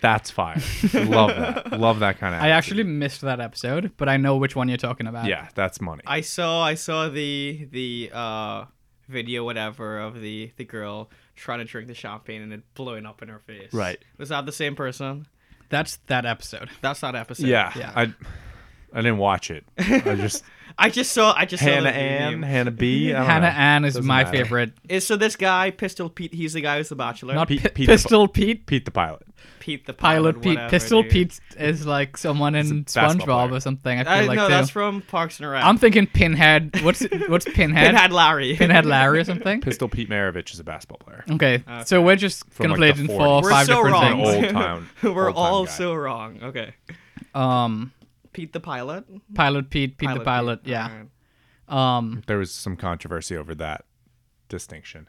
[SPEAKER 2] that's fire. Love that. Love that kind of.
[SPEAKER 1] I actually missed that episode, but I know which one you're talking about.
[SPEAKER 2] yeah, that's money.
[SPEAKER 3] I saw. I saw the the uh video whatever of the the girl trying to drink the champagne and it blowing up in her face.
[SPEAKER 2] Right.
[SPEAKER 3] Was that the same person?
[SPEAKER 1] that's that episode.
[SPEAKER 3] That's not episode.
[SPEAKER 2] yeah,
[SPEAKER 1] Yeah.
[SPEAKER 2] I I didn't watch it. I just
[SPEAKER 3] I just saw. I just
[SPEAKER 2] Hannah
[SPEAKER 3] saw the
[SPEAKER 2] Ann,
[SPEAKER 3] meme.
[SPEAKER 2] Hannah B. I don't
[SPEAKER 1] Hannah
[SPEAKER 2] know.
[SPEAKER 1] Ann is
[SPEAKER 2] Doesn't
[SPEAKER 1] my
[SPEAKER 2] matter. Uh,
[SPEAKER 1] favorite.
[SPEAKER 3] Is so this guy Pistol Pete? He's the guy who's the Bachelor.
[SPEAKER 1] Not
[SPEAKER 2] Pete-
[SPEAKER 1] Pi-
[SPEAKER 2] Pete the-
[SPEAKER 1] Pistol Pete.
[SPEAKER 2] Pete the pilot.
[SPEAKER 3] Pete the pilot.
[SPEAKER 1] Pilot Pete.
[SPEAKER 3] whatever,
[SPEAKER 1] Pistol
[SPEAKER 3] dude.
[SPEAKER 1] Pete is like someone in
[SPEAKER 2] basketball
[SPEAKER 1] SpongeBob
[SPEAKER 2] player.
[SPEAKER 1] or something. I feel
[SPEAKER 3] I,
[SPEAKER 1] like
[SPEAKER 3] no,
[SPEAKER 1] too.
[SPEAKER 3] that's from Parks and Rec.
[SPEAKER 1] I'm thinking Pinhead. What's what's Pinhead?
[SPEAKER 3] Pinhead Larry.
[SPEAKER 1] Pinhead Larry or something.
[SPEAKER 2] Pistol Pete Maravich is a basketball player.
[SPEAKER 1] Okay, so we're just
[SPEAKER 2] From,
[SPEAKER 1] gonna
[SPEAKER 2] like,
[SPEAKER 1] play
[SPEAKER 2] the
[SPEAKER 1] it in four,
[SPEAKER 2] 40s.
[SPEAKER 1] five
[SPEAKER 3] Ah, We're so
[SPEAKER 1] different
[SPEAKER 3] wrong.
[SPEAKER 2] An
[SPEAKER 1] things.
[SPEAKER 2] old town.
[SPEAKER 3] We're
[SPEAKER 2] old time
[SPEAKER 3] all
[SPEAKER 2] guy.
[SPEAKER 3] so wrong. Okay.
[SPEAKER 1] Um,
[SPEAKER 3] Pete the pilot.
[SPEAKER 1] Pilot Pete, Pete the pilot.
[SPEAKER 3] Pete.
[SPEAKER 1] Yeah.
[SPEAKER 3] Alright.
[SPEAKER 1] Um.
[SPEAKER 2] There was some controversy over that distinction.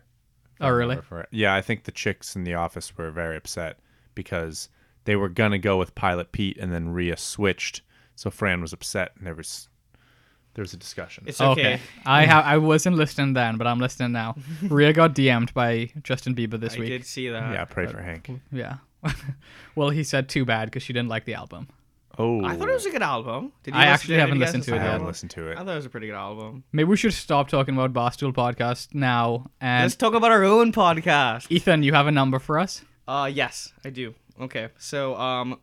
[SPEAKER 1] Oh really?
[SPEAKER 2] For- Yeah, I think the chicks in the office were very upset because they were gonna go with Pilot Pete, and then Rhea switched, so Fran was upset, and there was there was a discussion.
[SPEAKER 3] It's
[SPEAKER 1] Okay.
[SPEAKER 3] okay.
[SPEAKER 1] I ha- I wasn't listening then, but I'm listening now. Rhea got DM'd by Justin Bieber this
[SPEAKER 3] I
[SPEAKER 1] week.
[SPEAKER 3] did see that.
[SPEAKER 2] yeah, pray for Hank.
[SPEAKER 1] Yeah. well, he said too bad because she didn't like the album.
[SPEAKER 2] Oh,
[SPEAKER 3] I thought it was a good album. Did
[SPEAKER 1] I
[SPEAKER 3] listen
[SPEAKER 1] actually
[SPEAKER 3] it? Did
[SPEAKER 1] haven't
[SPEAKER 3] you guys
[SPEAKER 1] listened to
[SPEAKER 2] I
[SPEAKER 1] it
[SPEAKER 3] the
[SPEAKER 1] yet.
[SPEAKER 2] haven't
[SPEAKER 3] album?
[SPEAKER 2] listened to
[SPEAKER 3] I
[SPEAKER 2] it.
[SPEAKER 3] thought it was a pretty good album.
[SPEAKER 1] Maybe we should stop talking about Barstool podcast now. And
[SPEAKER 3] Let's talk about our own podcast.
[SPEAKER 1] Ethan, you have a number for us?
[SPEAKER 3] Uh, yes, I do. Okay, so um,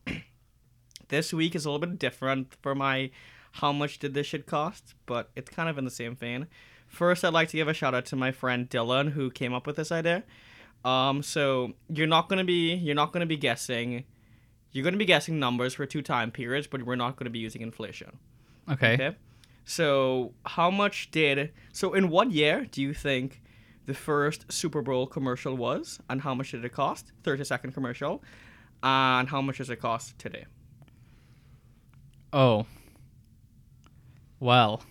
[SPEAKER 3] this week is a little bit different for my how much did this shit cost, but it's kind of in the same vein. First, I'd like to give a shout out to my friend Dylan who came up with this idea. Um, so you're not gonna be you're not gonna be guessing, you're gonna be guessing numbers for two time periods, but we're not gonna be using inflation.
[SPEAKER 1] Okay.
[SPEAKER 3] Okay. So, how much did so in what year do you think the first Super Bowl commercial was, and how much did it cost? Thirty second commercial, and how much does it cost today?
[SPEAKER 1] Oh. Well,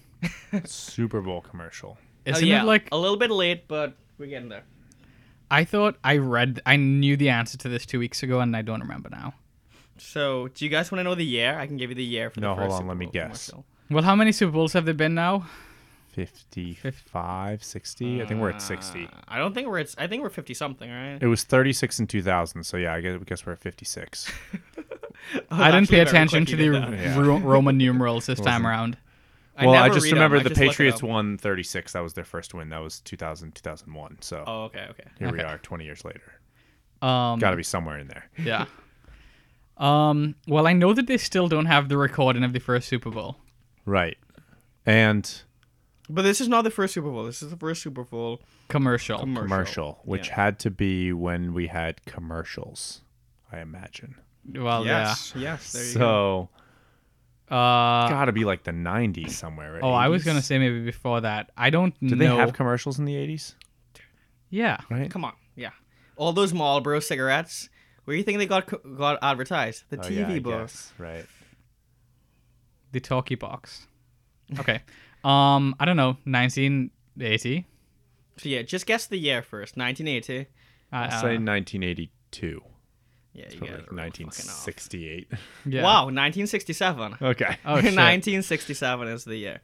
[SPEAKER 2] Super Bowl commercial.
[SPEAKER 1] isn't
[SPEAKER 3] oh, yeah,
[SPEAKER 1] it like
[SPEAKER 3] a little bit late, but we're getting there.
[SPEAKER 1] I thought I read I knew the answer to this 2 weeks ago and I don't remember now.
[SPEAKER 3] So, do you guys want to know the year? I can give you the year for
[SPEAKER 2] No,
[SPEAKER 3] the
[SPEAKER 2] hold
[SPEAKER 3] first
[SPEAKER 2] on,
[SPEAKER 3] Super
[SPEAKER 2] let me
[SPEAKER 3] Bowl
[SPEAKER 2] guess.
[SPEAKER 3] commercial.
[SPEAKER 1] Well, how many Super Bowls have there been now?
[SPEAKER 2] 55, 60? I think we're at 60.
[SPEAKER 3] Uh, I don't think we're. At, I think we're fifty something, right?
[SPEAKER 2] It was 36 in 2000, so yeah, I guess, I guess we're at 56.
[SPEAKER 1] I didn't
[SPEAKER 3] actually
[SPEAKER 1] pay
[SPEAKER 3] very quick
[SPEAKER 1] attention
[SPEAKER 3] you
[SPEAKER 1] to
[SPEAKER 3] did
[SPEAKER 1] the
[SPEAKER 2] that.
[SPEAKER 1] Ro- Roman numerals this time around.
[SPEAKER 2] well, I
[SPEAKER 3] never
[SPEAKER 2] just
[SPEAKER 3] read 'em,
[SPEAKER 2] remember
[SPEAKER 3] I
[SPEAKER 2] the
[SPEAKER 3] just look it
[SPEAKER 2] Patriots
[SPEAKER 3] up.
[SPEAKER 2] won 36. That was their first win. That was 2000, 2001. So
[SPEAKER 3] Oh, okay, okay. Mm-hmm.
[SPEAKER 2] here we
[SPEAKER 1] Okay.
[SPEAKER 2] are 20 years later.
[SPEAKER 1] Um
[SPEAKER 2] Got to be somewhere in there.
[SPEAKER 1] yeah. Um well, I know that they still don't have the recording of the first Super Bowl.
[SPEAKER 2] Right. And
[SPEAKER 3] But this is not the first Super Bowl. This is the first Super Bowl
[SPEAKER 1] Commercial.
[SPEAKER 3] commercial.
[SPEAKER 2] commercial, which
[SPEAKER 3] Yeah.
[SPEAKER 2] had to be when we had commercials, I imagine.
[SPEAKER 1] well,
[SPEAKER 3] Yes, yes. There you go.
[SPEAKER 2] So
[SPEAKER 1] yeah. Uh
[SPEAKER 2] got to be like the 90s somewhere.
[SPEAKER 1] Oh, I was
[SPEAKER 2] 80s?
[SPEAKER 1] gonna say maybe before that. I don't
[SPEAKER 2] Did they
[SPEAKER 1] know.
[SPEAKER 2] have commercials in the 80s?
[SPEAKER 1] yeah,
[SPEAKER 2] Right?
[SPEAKER 3] Come on, yeah. All those Marlboro cigarettes. Where do you think they got got advertised? The
[SPEAKER 2] Oh, yeah,
[SPEAKER 3] TV
[SPEAKER 2] I
[SPEAKER 3] booth.
[SPEAKER 2] guess. Right.
[SPEAKER 1] the talkie box. Okay. um, I don't know. 1980.
[SPEAKER 3] So yeah, just guess the year first. 1980.
[SPEAKER 1] I-
[SPEAKER 2] I'll
[SPEAKER 1] I
[SPEAKER 2] say
[SPEAKER 1] don't know.
[SPEAKER 2] 1982.
[SPEAKER 3] Yeah, you
[SPEAKER 2] Probably
[SPEAKER 3] guys
[SPEAKER 2] like
[SPEAKER 3] are real fucking off.
[SPEAKER 2] 1968.
[SPEAKER 1] Yeah.
[SPEAKER 3] Wow, 1967.
[SPEAKER 2] okay.
[SPEAKER 1] Oh shit.
[SPEAKER 3] 1967 is the year.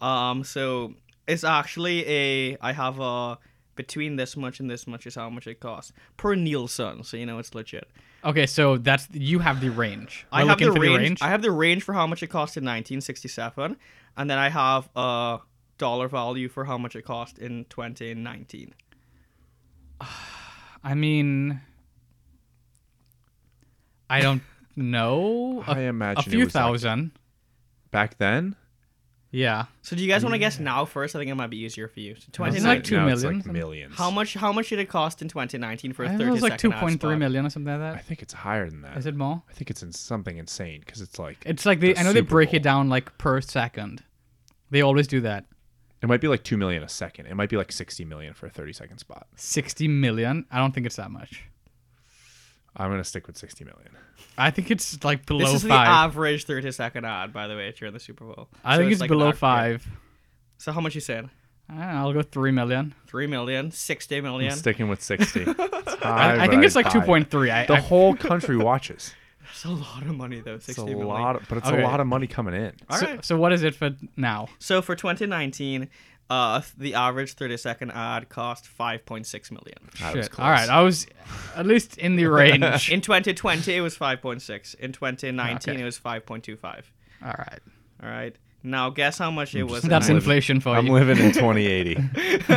[SPEAKER 3] Um, so it's actually a I have a between this much and this much is how much it costs per Nielsen. So you know it's legit.
[SPEAKER 1] Okay, so that's you have the range.
[SPEAKER 3] I
[SPEAKER 1] We're
[SPEAKER 3] have the
[SPEAKER 1] looking for
[SPEAKER 3] range, I have the range for how much it cost in 1967, and then I have a dollar value for how much it cost in 2019.
[SPEAKER 1] I mean, I don't know.
[SPEAKER 2] I
[SPEAKER 1] A-
[SPEAKER 2] imagine
[SPEAKER 1] a
[SPEAKER 2] it
[SPEAKER 1] few
[SPEAKER 2] was like-
[SPEAKER 1] thousand.
[SPEAKER 2] Back then?
[SPEAKER 1] Yeah.
[SPEAKER 3] So do you guys want to guess now first? I think it might be easier for you. So
[SPEAKER 1] It's
[SPEAKER 3] 2019.
[SPEAKER 1] like two
[SPEAKER 2] no,
[SPEAKER 1] million.
[SPEAKER 2] It's like millions.
[SPEAKER 3] how much? How much did it cost in 2019 for a
[SPEAKER 1] I
[SPEAKER 3] 30
[SPEAKER 1] think it was like
[SPEAKER 3] second
[SPEAKER 1] 2.3
[SPEAKER 3] ad
[SPEAKER 1] million or something
[SPEAKER 2] I
[SPEAKER 1] like
[SPEAKER 2] think it's higher than
[SPEAKER 1] that.
[SPEAKER 2] that.
[SPEAKER 1] Is it more?
[SPEAKER 2] I think it's in something insane because it's like
[SPEAKER 1] It's like they.
[SPEAKER 2] The
[SPEAKER 1] I know they
[SPEAKER 2] Super
[SPEAKER 1] break it
[SPEAKER 2] Bowl.
[SPEAKER 1] down like per second. They always do that.
[SPEAKER 2] it might be like two million a second. It might be like sixty million for a thirty-second spot.
[SPEAKER 1] 60 million. I don't think it's that much.
[SPEAKER 2] I'm gonna stick with sixty million.
[SPEAKER 1] I think it's like
[SPEAKER 3] This
[SPEAKER 1] below
[SPEAKER 3] is the
[SPEAKER 1] five.
[SPEAKER 3] average 30 second ad, by the way, if you're in the Super Bowl.
[SPEAKER 1] I
[SPEAKER 3] So
[SPEAKER 1] think it's
[SPEAKER 3] like
[SPEAKER 1] below
[SPEAKER 3] not-
[SPEAKER 1] five.
[SPEAKER 3] So how much you said?
[SPEAKER 1] I don't know, I'll go three million.
[SPEAKER 3] Three million, sixty
[SPEAKER 2] I'm
[SPEAKER 3] million.
[SPEAKER 2] sticking with sixty. It's high,
[SPEAKER 1] I, I
[SPEAKER 2] but
[SPEAKER 1] think it's like
[SPEAKER 2] high.
[SPEAKER 1] two point three. I,
[SPEAKER 2] The
[SPEAKER 1] I-
[SPEAKER 2] whole country watches.
[SPEAKER 3] That's a lot of money though.
[SPEAKER 2] It's a
[SPEAKER 3] Sixty million.
[SPEAKER 2] lot, of, but it's
[SPEAKER 1] Okay.
[SPEAKER 2] a lot of money coming in.
[SPEAKER 3] All
[SPEAKER 1] so,
[SPEAKER 3] right.
[SPEAKER 1] so what is it for now?
[SPEAKER 3] So for 2019, uh, the average 30 second ad cost 5.6 million.
[SPEAKER 2] I was
[SPEAKER 1] Shit. All right, I was at least in the range.
[SPEAKER 3] In 2020, it was 5.6. In 2019,
[SPEAKER 1] Okay.
[SPEAKER 3] it was 5.25.
[SPEAKER 1] All right,
[SPEAKER 3] All right. Now guess how much it was. in
[SPEAKER 1] that's
[SPEAKER 3] nine-
[SPEAKER 1] inflation for
[SPEAKER 2] I'm
[SPEAKER 1] you.
[SPEAKER 2] living in 2080.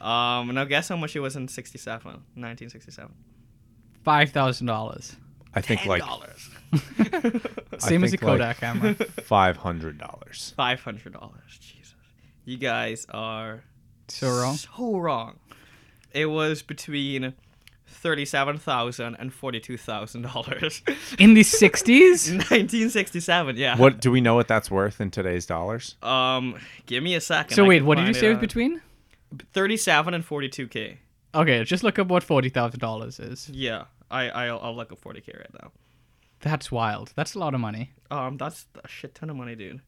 [SPEAKER 3] um. Now guess how much it was in 67, 1967.
[SPEAKER 1] Five thousand dollars,
[SPEAKER 2] I think like
[SPEAKER 3] dollars.
[SPEAKER 1] same as the
[SPEAKER 2] think like-
[SPEAKER 1] Kodak camera.
[SPEAKER 2] five hundred dollars.
[SPEAKER 3] Five hundred dollars. Jesus. You guys are
[SPEAKER 1] So wrong.
[SPEAKER 3] So wrong. It was between. Thirty-seven thousand and forty-two thousand dollars.
[SPEAKER 1] In the sixties,
[SPEAKER 3] Nineteen sixty-seven. Yeah.
[SPEAKER 2] What do we know what that's worth in today's dollars?
[SPEAKER 3] Um, give me a second.
[SPEAKER 1] so
[SPEAKER 3] I
[SPEAKER 1] wait,
[SPEAKER 3] can
[SPEAKER 1] what did you
[SPEAKER 3] find
[SPEAKER 1] say
[SPEAKER 3] it
[SPEAKER 1] was
[SPEAKER 3] out.
[SPEAKER 1] between?
[SPEAKER 3] Thirty-seven and forty-two k.
[SPEAKER 1] Okay, just look up what forty thousand dollars is.
[SPEAKER 3] Yeah, I I'll, I'll look up forty k right now.
[SPEAKER 1] That's wild. That's a lot of money.
[SPEAKER 3] Um, that's a shit ton of money, dude.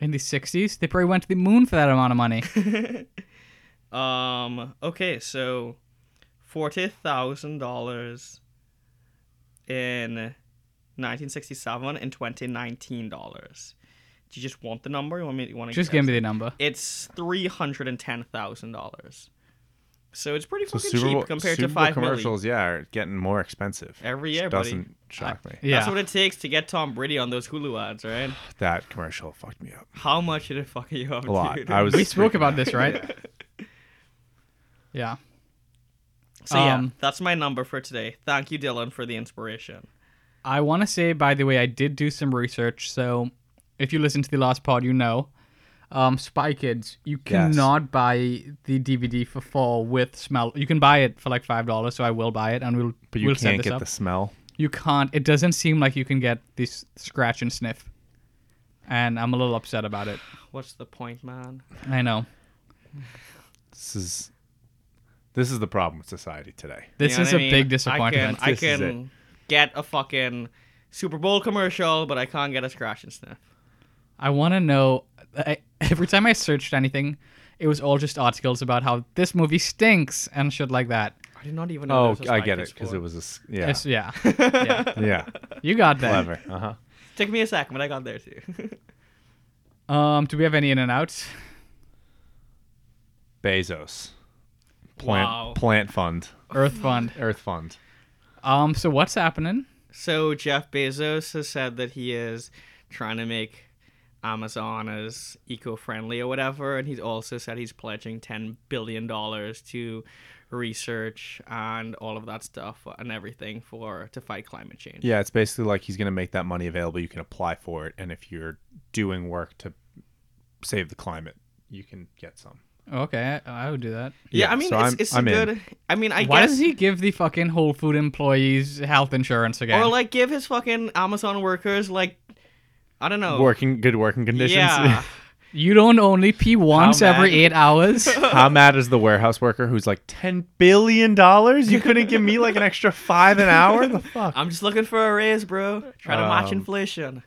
[SPEAKER 1] In the 60s, they probably went to the moon for that amount of money.
[SPEAKER 3] Um. Okay, so forty thousand dollars in nineteen sixty-seven and twenty nineteen dollars. Do you just want the number? You want me? You want to
[SPEAKER 1] Just give me the number.
[SPEAKER 3] It's three hundred and ten thousand dollars. So it's pretty
[SPEAKER 2] So
[SPEAKER 3] fucking
[SPEAKER 2] Super
[SPEAKER 3] cheap
[SPEAKER 2] Bowl,
[SPEAKER 3] compared
[SPEAKER 2] Super
[SPEAKER 3] to
[SPEAKER 2] Bowl
[SPEAKER 3] five million.
[SPEAKER 2] commercials, yeah, are getting more expensive.
[SPEAKER 3] Every
[SPEAKER 2] Which
[SPEAKER 3] year, buddy.
[SPEAKER 2] doesn't shock me.
[SPEAKER 1] Yeah.
[SPEAKER 3] That's what it takes to get Tom Brady on those Hulu ads, right?
[SPEAKER 2] That commercial fucked me up
[SPEAKER 3] How much did it fuck you up?
[SPEAKER 2] a lot.
[SPEAKER 3] Dude?
[SPEAKER 2] I was.
[SPEAKER 1] we spoke
[SPEAKER 2] freaking
[SPEAKER 1] about
[SPEAKER 2] out.
[SPEAKER 1] this, right? yeah.
[SPEAKER 3] so yeah,
[SPEAKER 1] um,
[SPEAKER 3] that's my number for today. Thank you, Dylan, for the inspiration.
[SPEAKER 1] I want to say, by the way, I did do some research. So if you listen to the last pod, you know. Um, Spy Kids, you
[SPEAKER 2] Yes.
[SPEAKER 1] cannot buy the DVD for four with smell. You can buy it for like five dollars, so I will buy it, and we'll
[SPEAKER 2] But you
[SPEAKER 1] we'll set
[SPEAKER 2] can't
[SPEAKER 1] this
[SPEAKER 2] get
[SPEAKER 1] up.
[SPEAKER 2] the smell.
[SPEAKER 1] You can't. It doesn't seem like you can get this scratch and sniff, and I'm a little upset about it.
[SPEAKER 3] What's the point, man?
[SPEAKER 1] I know
[SPEAKER 2] This is. This is the problem with society today.
[SPEAKER 1] this
[SPEAKER 3] You know
[SPEAKER 1] is a
[SPEAKER 3] what I mean?
[SPEAKER 1] big disappointment.
[SPEAKER 3] I
[SPEAKER 2] This is
[SPEAKER 3] can, I can get a fucking Super Bowl commercial, but I can't get a scratch and sniff.
[SPEAKER 1] I want to know. I, every time I searched anything, it was all just articles about how this movie stinks and shit like that.
[SPEAKER 3] I did not even know.
[SPEAKER 2] Oh,
[SPEAKER 3] this was
[SPEAKER 2] I
[SPEAKER 3] like
[SPEAKER 2] get
[SPEAKER 3] this
[SPEAKER 2] it because
[SPEAKER 3] for-
[SPEAKER 2] it was a s- yeah
[SPEAKER 1] It's- yeah. yeah.
[SPEAKER 2] yeah
[SPEAKER 1] You got that.
[SPEAKER 2] clever. Uh huh.
[SPEAKER 3] Took me a second, but I got there too.
[SPEAKER 1] Um, do we have any in and outs?
[SPEAKER 2] Bezos. Plant
[SPEAKER 3] Wow.
[SPEAKER 2] plant fund.
[SPEAKER 1] Earth Fund.
[SPEAKER 2] Earth fund.
[SPEAKER 1] Um, so what's happening?
[SPEAKER 3] so Jeff Bezos has said that he is trying to make Amazon as eco-friendly or whatever, and he's also said he's pledging ten billion dollars to research and all of that stuff and everything for to fight climate change.
[SPEAKER 2] Yeah, it's basically like he's going to make that money available. You can apply for it, and if you're doing work to save the climate, you can get some.
[SPEAKER 1] Okay, I, I would do that.
[SPEAKER 3] Yeah,
[SPEAKER 2] Yeah,
[SPEAKER 3] I mean,
[SPEAKER 2] so
[SPEAKER 3] it's,
[SPEAKER 2] I'm-
[SPEAKER 3] it's
[SPEAKER 2] I'm in.
[SPEAKER 3] good. I mean, I
[SPEAKER 1] Why
[SPEAKER 3] guess
[SPEAKER 1] does he give the fucking Whole Food employees health insurance again?
[SPEAKER 3] Or like give his fucking Amazon workers like I don't know.
[SPEAKER 2] Working good working conditions.
[SPEAKER 3] Oh. Yeah.
[SPEAKER 1] you don't only pee once
[SPEAKER 2] How
[SPEAKER 1] every
[SPEAKER 2] mad-
[SPEAKER 1] eight hours.
[SPEAKER 2] How mad is the warehouse worker who's like ten billion dollars? You couldn't give me like an extra five an hour? The fuck.
[SPEAKER 3] I'm just looking for a raise, bro. Try to match
[SPEAKER 2] Um,
[SPEAKER 3] inflation.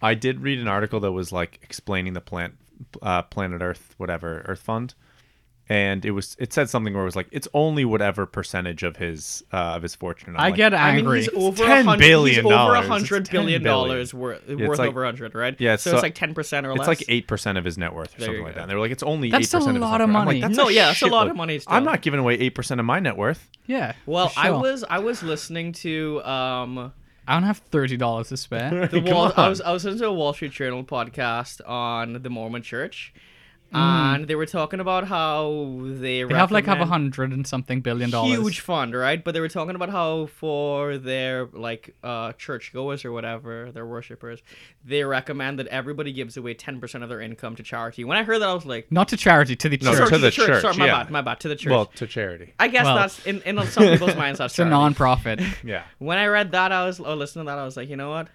[SPEAKER 2] I did read an article that was like explaining the plant, uh, planet Earth, whatever Earth Fund, and it was it said something where it was like it's only whatever percentage of his uh, of his fortune. And I'm
[SPEAKER 1] I
[SPEAKER 2] like,
[SPEAKER 1] get
[SPEAKER 3] I mean,
[SPEAKER 1] angry.
[SPEAKER 3] he's over a
[SPEAKER 2] 10
[SPEAKER 3] hundred
[SPEAKER 2] billion
[SPEAKER 3] he's over
[SPEAKER 2] dollars.
[SPEAKER 3] a
[SPEAKER 2] It's
[SPEAKER 3] hundred
[SPEAKER 2] 10
[SPEAKER 3] billion
[SPEAKER 2] billion.
[SPEAKER 3] dollars worth,
[SPEAKER 2] it's
[SPEAKER 3] worth
[SPEAKER 2] like-
[SPEAKER 3] over a hundred, right?
[SPEAKER 2] yeah, it's
[SPEAKER 3] so it's
[SPEAKER 2] so-
[SPEAKER 3] like ten percent or
[SPEAKER 2] It's
[SPEAKER 3] less.
[SPEAKER 2] like eight percent of his net worth or
[SPEAKER 3] There you
[SPEAKER 2] something like
[SPEAKER 3] go.
[SPEAKER 2] that. And they were like, it's only
[SPEAKER 1] That's
[SPEAKER 2] eight percent.
[SPEAKER 1] a lot of money.
[SPEAKER 2] Like, that's
[SPEAKER 3] No,
[SPEAKER 2] a
[SPEAKER 3] yeah, it's a lot
[SPEAKER 2] shitload.
[SPEAKER 3] of money
[SPEAKER 2] I'm
[SPEAKER 3] still.
[SPEAKER 2] not giving away eight percent of my net worth.
[SPEAKER 1] yeah.
[SPEAKER 3] Well,
[SPEAKER 1] for
[SPEAKER 3] I
[SPEAKER 1] sure.
[SPEAKER 3] was I was listening to um
[SPEAKER 1] I don't have thirty dollars to spare.
[SPEAKER 3] the
[SPEAKER 2] Come
[SPEAKER 3] Wall, I
[SPEAKER 2] on.
[SPEAKER 3] was I was listening to a Wall Street Journal podcast on the Mormon Church,
[SPEAKER 2] Hmm.
[SPEAKER 3] and they were talking about how they
[SPEAKER 1] They have like have a
[SPEAKER 3] recommend-
[SPEAKER 1] hundred and something billion dollars.
[SPEAKER 3] Huge fund, right? But they were talking about how for their like uh churchgoers or whatever, their worshippers, they recommend that everybody gives away ten percent of their income to charity. When I heard that, I was like,
[SPEAKER 1] Not to charity, to the
[SPEAKER 2] No,
[SPEAKER 1] church.
[SPEAKER 2] to the church,
[SPEAKER 3] Sorry, my
[SPEAKER 2] yeah.
[SPEAKER 3] bad, my bad. To the church.
[SPEAKER 2] Well, to charity.
[SPEAKER 3] I guess
[SPEAKER 1] well.
[SPEAKER 3] that's in in some people's minds that's
[SPEAKER 1] It's a
[SPEAKER 3] charity.
[SPEAKER 1] non-profit.
[SPEAKER 2] Yeah.
[SPEAKER 3] when I read that, I was or listened to that, I was like, you know what?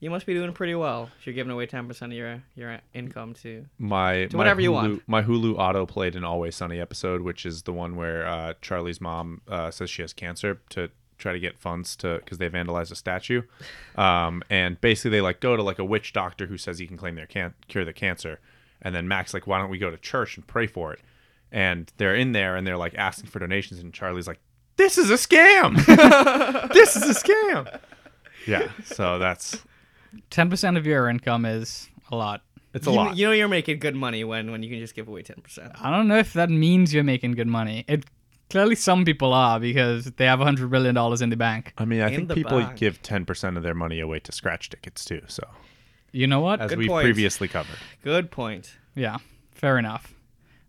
[SPEAKER 3] You must be doing pretty well if you're giving away ten percent of your your income to.
[SPEAKER 2] My my
[SPEAKER 3] whatever
[SPEAKER 2] Hulu,
[SPEAKER 3] you want.
[SPEAKER 2] My Hulu auto played an Always Sunny episode, which is the one where uh, Charlie's mom uh, says she has cancer to try to get funds to because they vandalized a statue, um, and basically they like go to like a witch doctor who says he can claim their can- cure their cancer, and then Max like why don't we go to church and pray for it, and they're in there and they're like asking for donations, and Charlie's like this is a scam, this is a scam, yeah. So that's
[SPEAKER 1] Ten percent of your income is a lot.
[SPEAKER 2] it's a
[SPEAKER 3] You,
[SPEAKER 2] lot.
[SPEAKER 3] you know you're making good money when when you can just give away ten percent.
[SPEAKER 1] I don't know if that means you're making good money. It clearly some people are because they have hundred billion dollars in the bank.
[SPEAKER 2] I mean, I
[SPEAKER 3] in
[SPEAKER 2] think
[SPEAKER 3] the
[SPEAKER 2] people
[SPEAKER 3] bank.
[SPEAKER 2] give ten percent of their money away to scratch tickets too. So
[SPEAKER 1] You know what?
[SPEAKER 2] as
[SPEAKER 3] Good
[SPEAKER 2] we
[SPEAKER 3] point.
[SPEAKER 2] previously covered.
[SPEAKER 3] Good point.
[SPEAKER 1] Yeah, fair enough.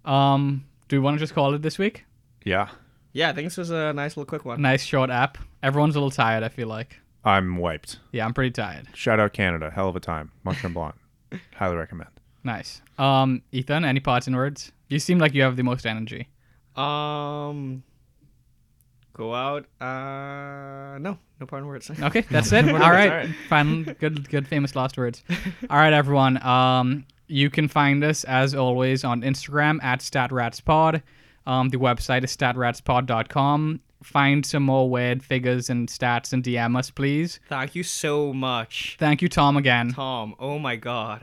[SPEAKER 1] Um, do we want to just call it this week?
[SPEAKER 2] Yeah,
[SPEAKER 3] Yeah, I think this was a nice little quick one.
[SPEAKER 1] Nice short app. Everyone's a little tired. I feel like.
[SPEAKER 2] I'm wiped.
[SPEAKER 1] Yeah, I'm pretty tired.
[SPEAKER 2] Shout out Canada, hell of a time. Mushroom Blonde, highly recommend.
[SPEAKER 1] Nice. Um, Ethan, any parting words? You seem like you have the most energy.
[SPEAKER 3] Um, go out. Uh, no, no pardon words.
[SPEAKER 1] Okay, that's it. All
[SPEAKER 2] words,
[SPEAKER 1] right.
[SPEAKER 2] all right.
[SPEAKER 1] Final good good famous last words. All right, everyone. Um you can find us as always on Instagram at StatRatsPod. Um the website is statratspod.com. find some more weird figures and stats and DM us, please.
[SPEAKER 3] Thank you so much,
[SPEAKER 1] Thank you, Tom, again.
[SPEAKER 3] Tom. Oh my god.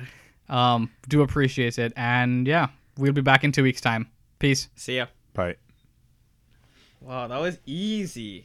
[SPEAKER 1] Um, do appreciate it. And yeah, we'll be back in two weeks' time. Peace.
[SPEAKER 3] See ya.
[SPEAKER 2] Bye.
[SPEAKER 3] Wow, that was easy.